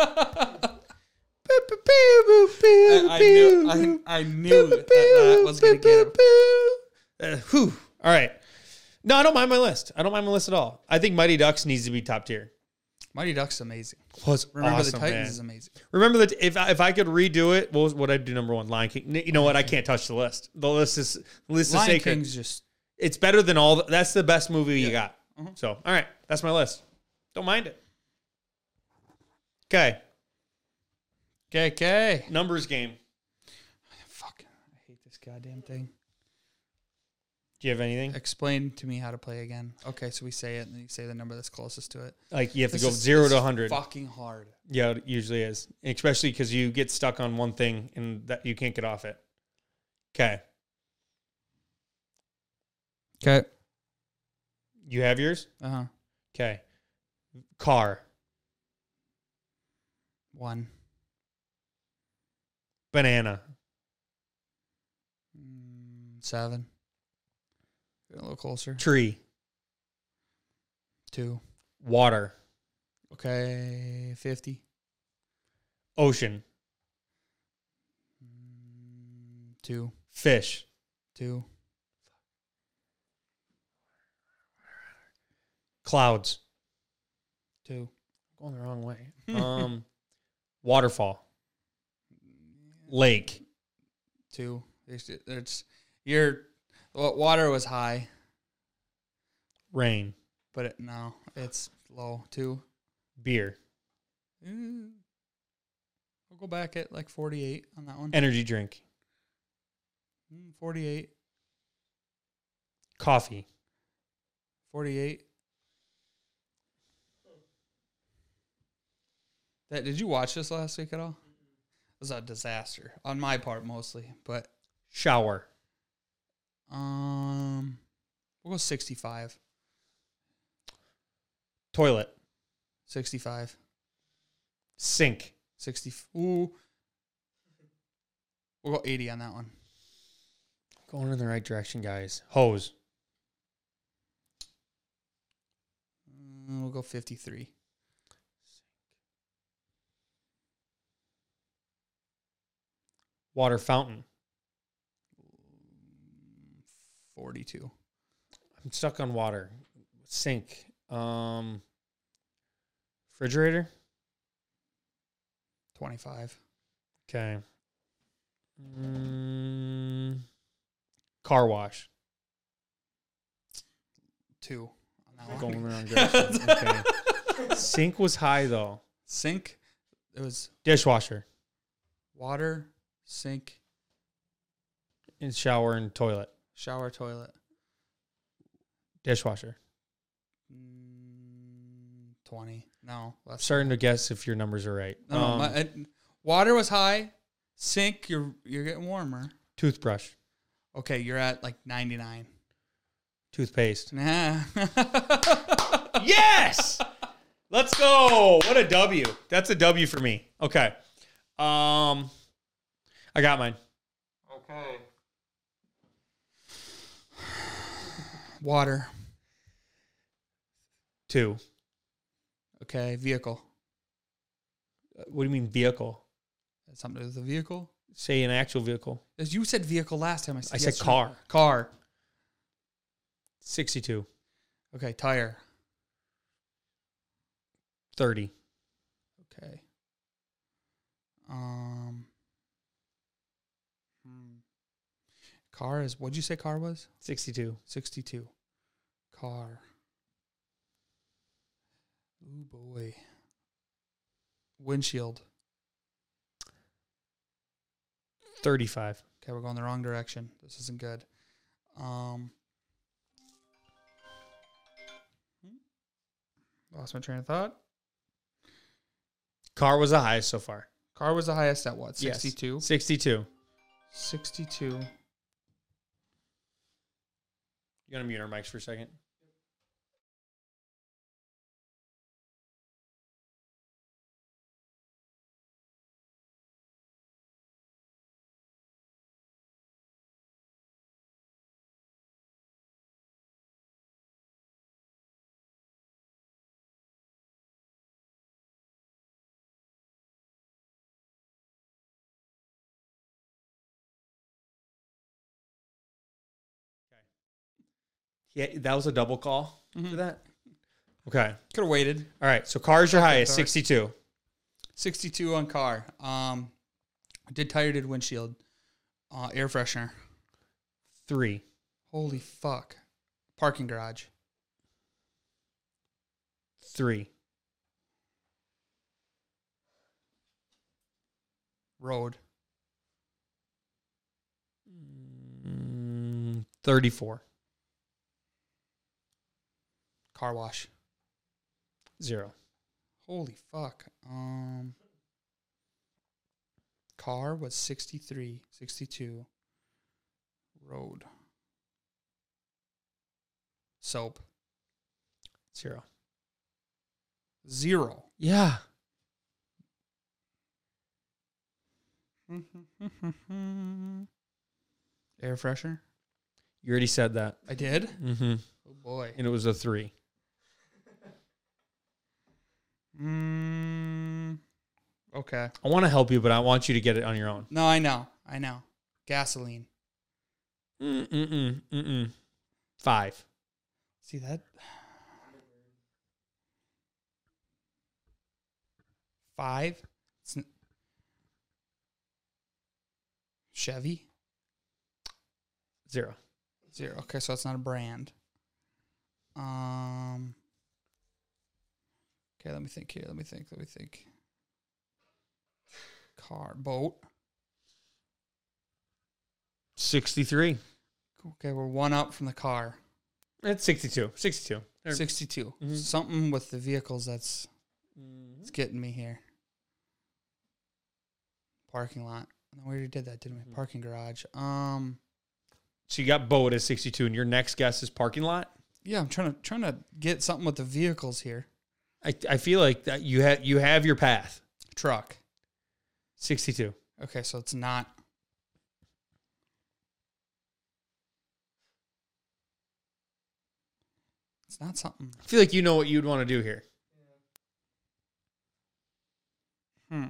boop, boop, boop,
I knew,
boop.
I, I knew that, that was gonna get him.
Uh, whew. All right. No, I don't mind my list. I don't mind my list at all. I think Mighty Ducks needs to be top tier.
Mighty Ducks amazing.
Was
Remember
awesome,
the Titans
man.
is amazing.
Remember that if I, if I could redo it, what was what I do number one? Lion King. N- You know what? I can't touch the list. The list is the list is
Lion
sacred.
King's just
It's better than all. The, that's the best movie you got. So all right, that's my list. Don't mind it. Okay,
KK.
numbers game.
Fuck. I hate this goddamn thing.
Do you have anything?
Explain to me how to play again. Okay, so we say it and then you say the number that's closest to it.
Like you have to
This
go
is-
zero
this
to
is
hundred.
Fucking hard.
Yeah, it usually is, especially because you get stuck on one thing and that you can't get off it. Okay,
Okay.
you have yours.
Uh huh.
Okay, car,
One.
banana,
Mm, Seven. Get a little closer.
tree,
Two.
water,
Okay. Fifty.
ocean,
Mm, Two.
fish,
Two.
clouds.
Two.
Going the wrong way. (laughs) Um, waterfall, lake.
Two. There's, there's your wa- water was high,
rain,
but it, no, it's low. Two.
beer,
Mm. I'll go back at like forty-eight on that one.
energy drink,
Mm, 48,
coffee,
48. That did you watch this last week at all? It was a disaster on my part mostly, but
shower,
um, we'll go 65,
toilet,
65,
sink,
60. Ooh, we'll go 80 on that one.
Going in the right direction, guys. Hose,
Mm, We'll go 53.
water fountain.
42.
I'm stuck on water. Sink. Um refrigerator.
25.
Okay. Mm, car wash.
2 on that one.
Going in the wrong direction. Okay. (laughs) Sink was high though.
Sink. It was
Dishwasher
water, sink,
and shower and toilet.
shower, toilet.
Dishwasher.
Mm, 20. No.
I'm
Less.
starting to guess if your numbers are right.
No, no,
Um,
my- I- water was high. sink, you're you're getting warmer.
Toothbrush,
Okay, you're at like 99.
toothpaste.
Nah.
yes. Let's go. What a W. That's a W for me. Okay. Um, I got mine.
okay. (laughs) Water.
Two.
Okay, vehicle.
What do you mean vehicle?
That's something to do with the vehicle.
Say an actual vehicle.
As you said vehicle last time, I said
I
yes
said
or-
car.
Car.
Sixty-two.
Okay, tire.
Thirty.
Okay. Um. hmm. Car is what'd you say? Car was
Sixty-two.
sixty-two. Car. Oh boy. Windshield.
Thirty-five.
Okay, we're going the wrong direction. This isn't good. Um. Hmm? Lost my train of thought.
Car was the highest so far.
Car was the highest at what?
Yes.
62?
Sixty-two.
62.
You gonna mute our mics for a second? Yeah, that was a double call for that. Okay.
Could have waited.
All right. So car is your highest,
dark.
sixty-two.
62 on car. Um, did tire, did windshield, uh, air freshener.
Three.
Holy fuck. Parking garage.
Three.
Road.
Mm, Thirty-four.
Car wash.
Zero.
Holy fuck. Um, car was 63, 62. Road. Soap.
Zero.
(laughs) Zero.
Yeah.
Air freshener.
You already said that.
I did.
Mm-hmm.
Oh boy.
And it was a three.
Mm, okay.
I want to help you, but I want you to get it on your own.
No, I know. I know. Gasoline.
Mm-mm-mm. Mm-mm. Five.
See that? Five. It's n- Chevy.
Zero.
Zero. Okay, so it's not a brand. Um. Okay, let me think here. Let me think. Let me think. Car, boat.
63.
Okay, we're one up from the car.
That's 62. 62. There-
62.
Mhm.
Something with the vehicles that's
Mhm.
it's getting me here. Parking lot. No, we already did that, didn't we? Parking garage. Um,
So you got boat at 62, and your next guess is parking lot?
yeah, I'm trying to trying to get something with the vehicles here.
I, I feel like that you, ha- you have your path.
Truck.
62.
Okay, so it's not. It's not something.
I feel like you know what you'd want to do here.
Hmm.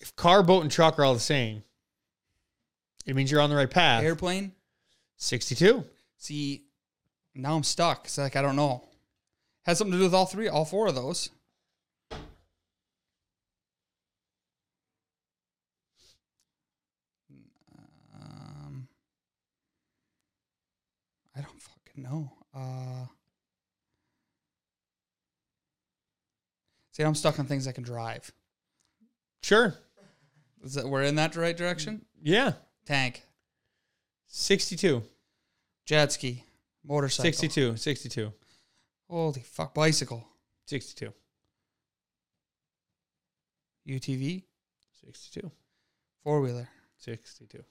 If car, boat, and truck are all the same, it means you're on the right path.
Airplane.
62.
See, now I'm stuck. It's like I don't know. Has something to do with all three, all four of those. Um, I don't fucking know. Uh, see, I'm stuck on things I can drive.
Sure.
Is that we're in that right direction?
Yeah.
Tank,
62.
jet ski, motorcycle,
62. 62.
Holy fuck, bicycle,
62.
UTV.
62.
Four wheeler.
62.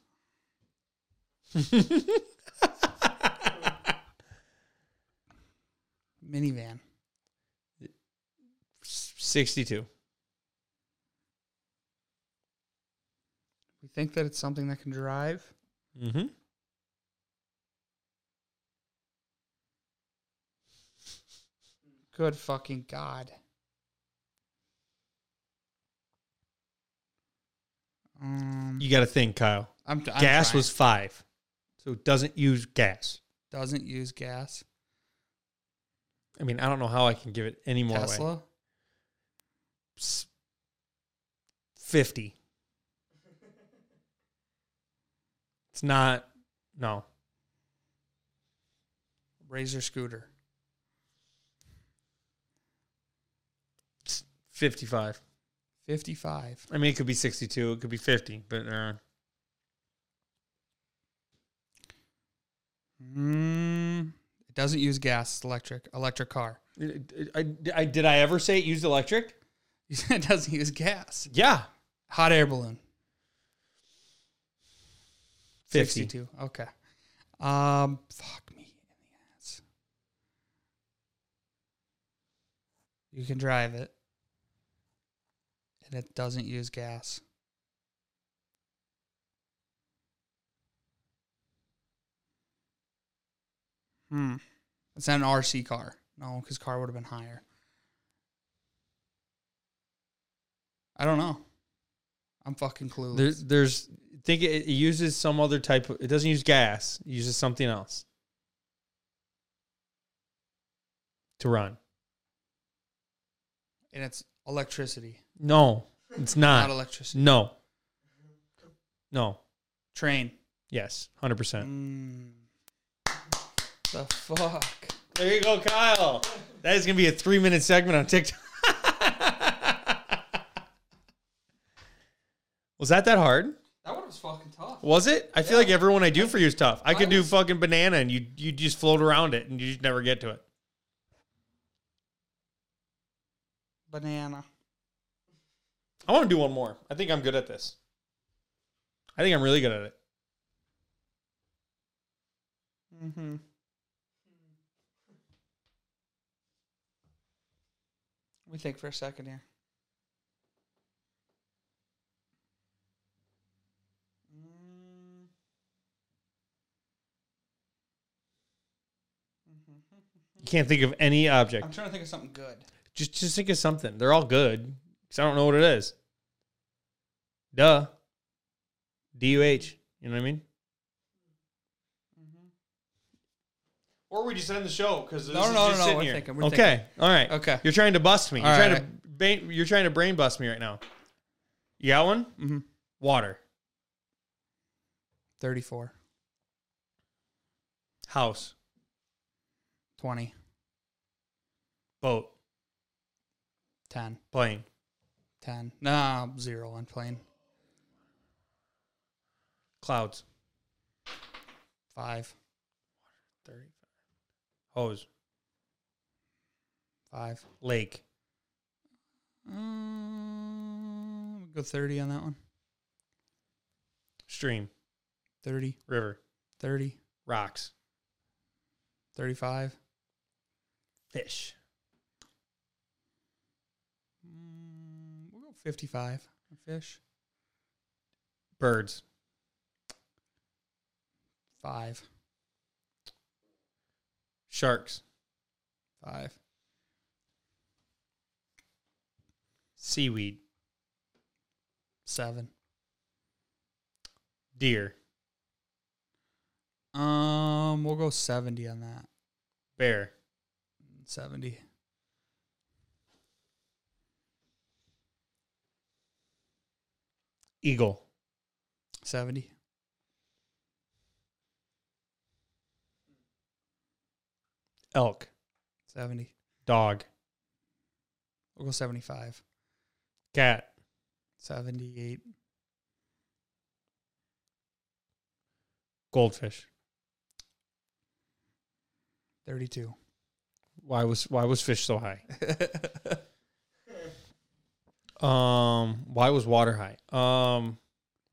Minivan.
62.
We think that it's something that can drive.
Mm-hmm.
Good fucking god. Um,
You got to think, Kyle.
I'm, I'm
gas
trying.
was five, so it doesn't use gas.
doesn't use gas.
I mean, I don't know how I can give it any more away.
Tesla.
S- 50. It's not, no.
Razor scooter.
It's 55.
55.
I mean, it could be 62, it could be 50, but uh,
Mm, it doesn't use gas. It's electric. Electric car. (laughs)
I, I- did I ever say it used electric?
You said it doesn't use gas.
Yeah.
Hot air balloon.
50.
62. Okay. Um, fuck me in the ass. You can drive it. And it doesn't use gas. Hmm. It's not an RC car. No, because car would have been higher. I don't know. I'm fucking clueless.
There's, there's think it, it uses some other type of, it doesn't use gas, it uses something else to run.
and it's electricity,
No, it's
not
not.
electricity.
No. No.
Train.
Yes, 100%.
Mm. The fuck?
There you go, Kyle. That is going to be a three minute segment on TikTok. (laughs) Was that that hard?
That one was fucking tough.
Was it? I feel like everyone I do for you is tough. I could
Mine
do
was-
fucking banana and you you just float around it and you just never get to it.
Banana.
I want to do one more. I think I'm good at this. I think I'm really good at it.
Mm-hmm. We think for a second here. Mm.
You can't think of any object.
I'm trying to think of something good.
Just just think of something. They're all good because I don't know what it is. Duh. D U H. You know what I mean? Mm-hmm. Or we just end the show because
No, no, no, no, we're thinking, we're
okay, all right,
Mm-hmm. Okay.
You're trying to bust me. You're
All
trying
right.
to ba- you're trying to brain bust me right now. You got one?
Mm-hmm.
Water,
34,
house,
20,
boat,
10,
plane,
10. No, zero on plane.
clouds,
Five,
thirty-five, hose,
five.
lake,
Um, go 30 on that one.
stream,
30,
river,
30,
rocks,
35.
fish.
Mm, we'll go 55. A fish.
Birds.
Five.
Sharks.
Five.
Seaweed.
Seven.
Deer.
Um, we'll go 70 on that.
Bear.
70.
Eagle.
70.
Elk.
70.
Dog.
We'll go 75.
Cat.
78.
Goldfish.
32.
Why was why was fish so high? Um why was water high? Um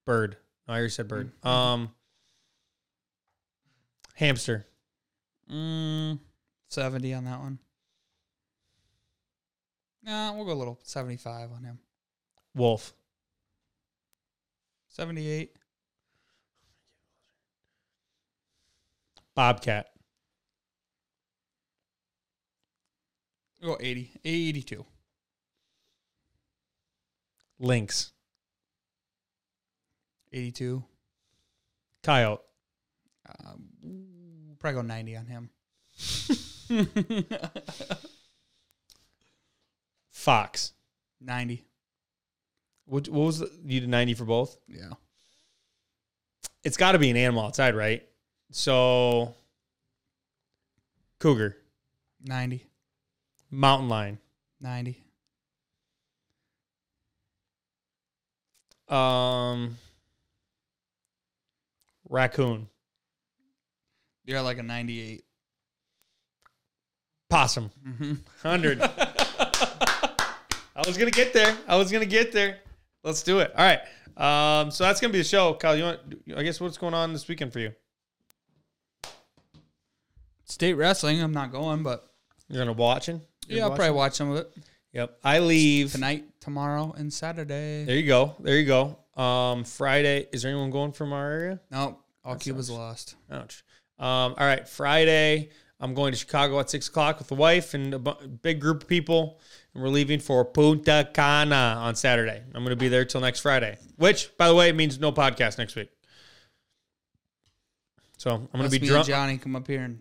Bird. No, I already said bird. Um, hamster. Mm,
70 on that one. Nah, we'll go a little 75 on him.
wolf.
78.
Bobcat.
We'll go 80. 82.
Lynx.
82.
Coyote.
Um, we'll probably go 90 on him.
Fox.
90.
What, what was the, you did 90 for both?
Yeah.
It's got to be an animal outside, right? So, cougar,
90.
mountain lion,
90.
um, raccoon,
You're at like a 98.
possum,
Mm-hmm.
(laughs) 100. I was going to get there. I was going to get there. Let's do it. All right. Um, so that's going to be the show. Kyle, you want, I guess what's going on this weekend for you?
State wrestling. I'm not going, but
You're going to watching?
yeah, I'll probably watch some of it
Yep. I leave.
tonight, tomorrow, and Saturday.
There you go. There you go. Um, Friday. Is there anyone going from our area?
Nope. All Cuba's lost.
Ouch. Um, all right. Friday, I'm going to Chicago at six o'clock with the wife and a bu- big group of people, and we're leaving for Punta Cana on Saturday. I'm going to be there till next Friday, which, by the way, means no podcast next week. So I'm going
Unless
to
me
be
and
drunk.
Johnny come up here and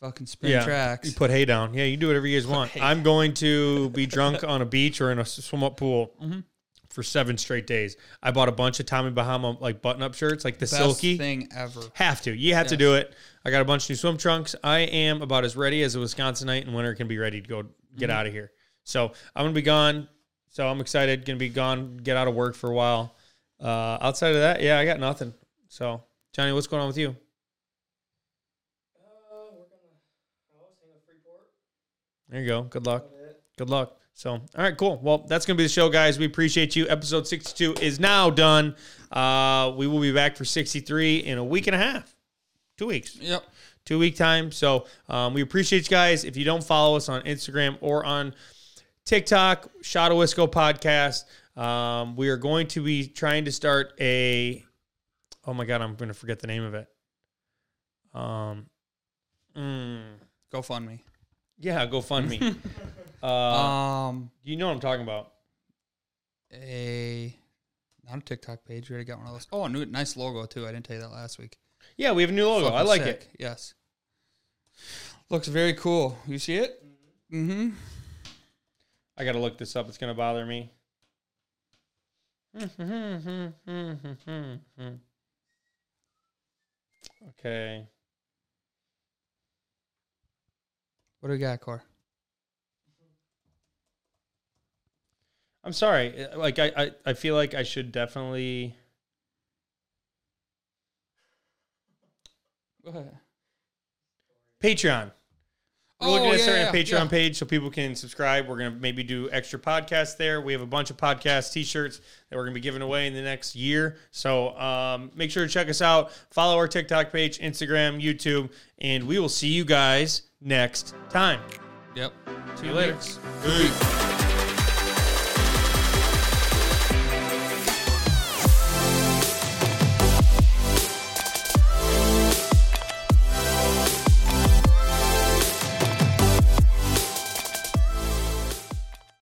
fucking spin
Yeah,
tracks.
you put hay down. Yeah, you do whatever you guys want. I'm going
(laughs)
to be drunk on a beach or in a s- swim-up pool for seven straight days. I bought a bunch of Tommy Bahama like button-up shirts, like the
Best
silky.
thing ever.
Have to. You have to do it. I got a bunch of new swim trunks. I am about as ready as a Wisconsinite and winter can be ready to go get out of here. So I'm gonna be gone. So I'm excited. Gonna be gone. Get out of work for a while. Uh, outside of that, yeah, I got nothing. So Johnny, what's going on with you? There you go. Good luck. Good luck. So, all right, cool. Well, that's going to be the show, guys. We appreciate you. Episode 62 is now done. Uh, we will be back for 63 in a week and a half, two weeks,
Yep.
two week time. So, um, we appreciate you guys. If you don't follow us on Instagram or on TikTok, Shotawisco podcast, um, we are going to be trying to start a. Oh my God, I'm going to forget the name of it. Um, mm,
GoFundMe.
yeah, GoFundMe. uh,
um,
you know what I'm talking about.
a not a TikTok page. We already got one of those. Oh, a new nice logo too. I didn't tell you that last week.
Yeah, we have a new logo. I
Fucking
like
sick.
it.
Yes. Looks very cool. You see it? Mm-hmm.
I gotta look this up. It's gonna bother me. (laughs) okay.
What do we got, Core?
I'm sorry. Uh, Like I, I, I feel like I should definitely
Go ahead.
Patreon. We're
Oh,
looking at
yeah,
starting
yeah,
a Patreon
yeah.
page so people can subscribe. We're gonna maybe do extra podcasts there. We have a bunch of podcast T-shirts that we're gonna be giving away in the next year. So um, make sure to check us out. Follow our TikTok page, Instagram, YouTube, and we will see you guys next time.
Yep.
See you later.
Peace.